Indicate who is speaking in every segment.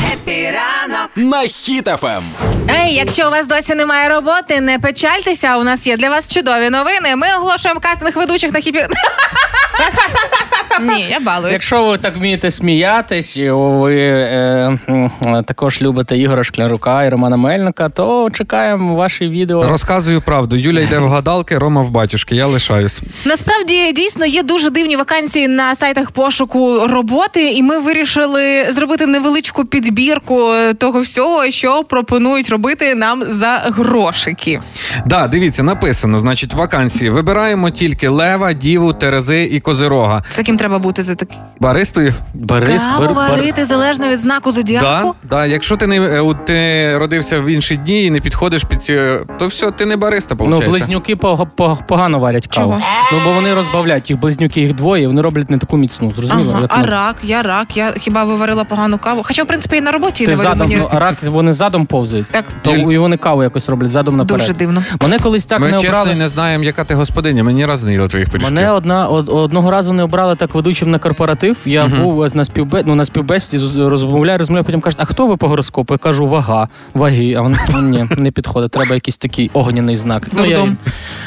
Speaker 1: Хеппі ранок!
Speaker 2: на Хіт-ФМ.
Speaker 1: Ей, якщо у вас досі немає роботи, не печальтеся. У нас є для вас чудові новини. Ми оголошуємо кастинг ведучих на хіпі. Ні, я балуюсь.
Speaker 3: Якщо ви так вмієте сміятись, і ви е, м, також любите Ігора Шклярука і Романа Мельника, то чекаємо ваші відео.
Speaker 4: Розказую правду. Юля йде в гадалки, Рома в батюшки. Я лишаюсь.
Speaker 1: Насправді дійсно є дуже дивні вакансії на сайтах пошуку роботи, і ми вирішили зробити невеличку підбірку того всього, що пропонують робити нам за грошики.
Speaker 4: Да, дивіться, написано, значить, вакансії. Вибираємо тільки лева, діву, терези і козирога.
Speaker 1: З яким треба бути за такі
Speaker 4: Баристою?
Speaker 3: Борис,
Speaker 1: каву
Speaker 3: Бор- Бор-
Speaker 1: варити залежно від знаку зодіаку.
Speaker 4: Да, да. Якщо ти не е, от ти родився в інші дні і не підходиш під ці, е, то все, ти не бариста,
Speaker 3: Ну,
Speaker 4: получається.
Speaker 3: близнюки пого- пого- погано варять каву.
Speaker 1: Чого?
Speaker 3: Ну, бо вони розбавляють їх близнюки, їх двоє, і вони роблять не таку міцну. Зрозуміло?
Speaker 1: Ага,
Speaker 3: Як
Speaker 1: а
Speaker 3: ми-
Speaker 1: рак, я рак, я хіба виварила погану каву. Хоча, в принципі, і на роботі
Speaker 3: Ти
Speaker 1: не варю
Speaker 3: задом,
Speaker 1: мені.
Speaker 3: ну, а рак вони задом повзають.
Speaker 1: Так.
Speaker 3: То
Speaker 4: Юль-
Speaker 3: і вони каву якось роблять задом наперед.
Speaker 1: Дуже дивно.
Speaker 3: Мене колись так
Speaker 4: Ми
Speaker 3: не
Speaker 4: чесно
Speaker 3: обрали.
Speaker 4: не знаємо, яка ти господиня. Ми ні разу не їли твоїх пиріжків.
Speaker 3: Мене одна од- одного разу не обрали так ведучим на корпоратив. Я був на співбе... ну, на співбесіді з- розмовляю, розмовляю, потім кажуть, а хто ви по гороскопу? Я кажу, вага, ваги. А вони кажуть, «Ну, ні, не підходить. Треба якийсь такий огняний знак. Ну, я
Speaker 1: Дурдом.
Speaker 3: їм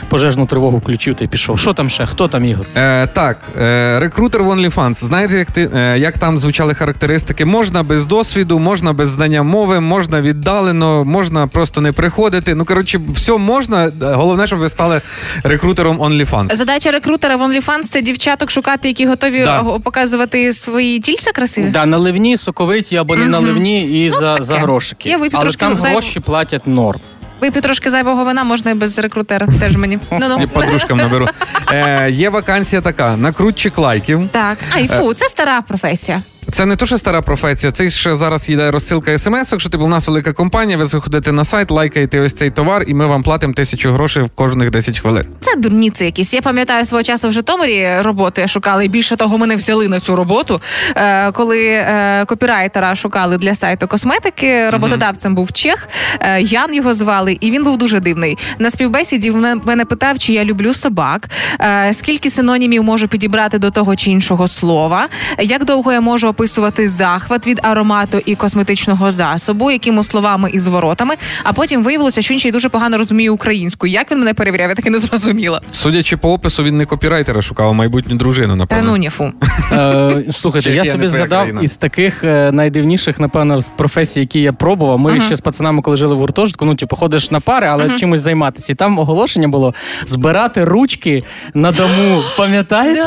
Speaker 3: пожежну тривогу включив та й пішов. Що там ще? Хто там Ігор?
Speaker 4: Е, так, е, рекрутер в OnlyFans. Знаєте, як, ти, е, як там звучали характеристики? Можна без досвіду, можна без знання мови, можна віддалено, можна просто не приходити. Ну, коротше, все можна. Е, Головне, щоб ви стали рекрутером OnlyFans.
Speaker 1: Задача рекрутера в OnlyFans – це дівчаток шукати, які готові
Speaker 4: Да.
Speaker 1: о, показувати свої тільця красиві.
Speaker 3: Да, наливні, соковиті або не
Speaker 1: Мгм. Ну,
Speaker 3: наливні і за, за
Speaker 1: таке.
Speaker 3: грошики.
Speaker 1: Я вип'ю
Speaker 3: Але
Speaker 1: трошки
Speaker 3: там
Speaker 1: зайв-
Speaker 3: гроші платять норм.
Speaker 1: Вип'ю трошки зайвого вина, можна і без рекрутера. Теж мені. Ну
Speaker 4: І
Speaker 1: ну
Speaker 4: подружкам наберу. Е, є вакансія така: накрутчик лайків.
Speaker 1: так. Ай, фу, це стара професія.
Speaker 4: Це не то, що стара професія, це ще зараз йде розсилка смс-ок, що типу, у нас велика компанія, ви заходите на сайт, лайкаєте ось цей товар, і ми вам платимо тисячу грошей в кожних 10 хвилин.
Speaker 1: Це дурниці якісь. Я пам'ятаю свого часу в Житомирі роботи шукали. і Більше того, мене взяли на цю роботу. Е, коли е, копірайтера шукали для сайту косметики, роботодавцем був чех. Е, Ян його звали, і він був дуже дивний. На співбесіді в мен- мене питав, чи я люблю собак, е, скільки синонімів можу підібрати до того чи іншого слова, як довго я можу описувати захват від аромату і косметичного засобу, якими словами і зворотами. А потім виявилося, що він ще й дуже погано розуміє українську. Як він мене перевіряв, я так і не зрозуміла.
Speaker 4: Судячи по опису, він не копірайтера шукав, а майбутню дружину,
Speaker 1: Та
Speaker 4: напевно.
Speaker 1: ну ні, фу.
Speaker 3: Е, Слухайте, я
Speaker 4: Чехія не
Speaker 3: собі
Speaker 4: твоя
Speaker 3: згадав
Speaker 4: країна.
Speaker 3: із таких е, найдивніших, напевно, професій, які я пробував. Ми
Speaker 1: Ага.
Speaker 3: ще з пацанами, коли жили в гуртожитку, ну типу, ходиш на пари, але чимось займатися. І там оголошення було збирати ручки на дому. Пам'ятаєте?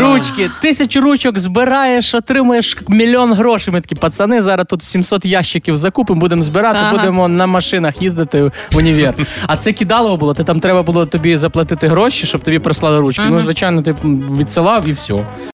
Speaker 3: Ручки, тисячу ручок збираєш, отримуєш мільйон грошей. Ми такі пацани, зараз тут 700 ящиків закупимо, будемо збирати,
Speaker 1: Ага.
Speaker 3: будемо на машинах їздити в універ. А це кидалово було. Ти там треба було тобі заплатити гроші, щоб тобі прислали ручки. Ну, звичайно, ти м, відсилав і все.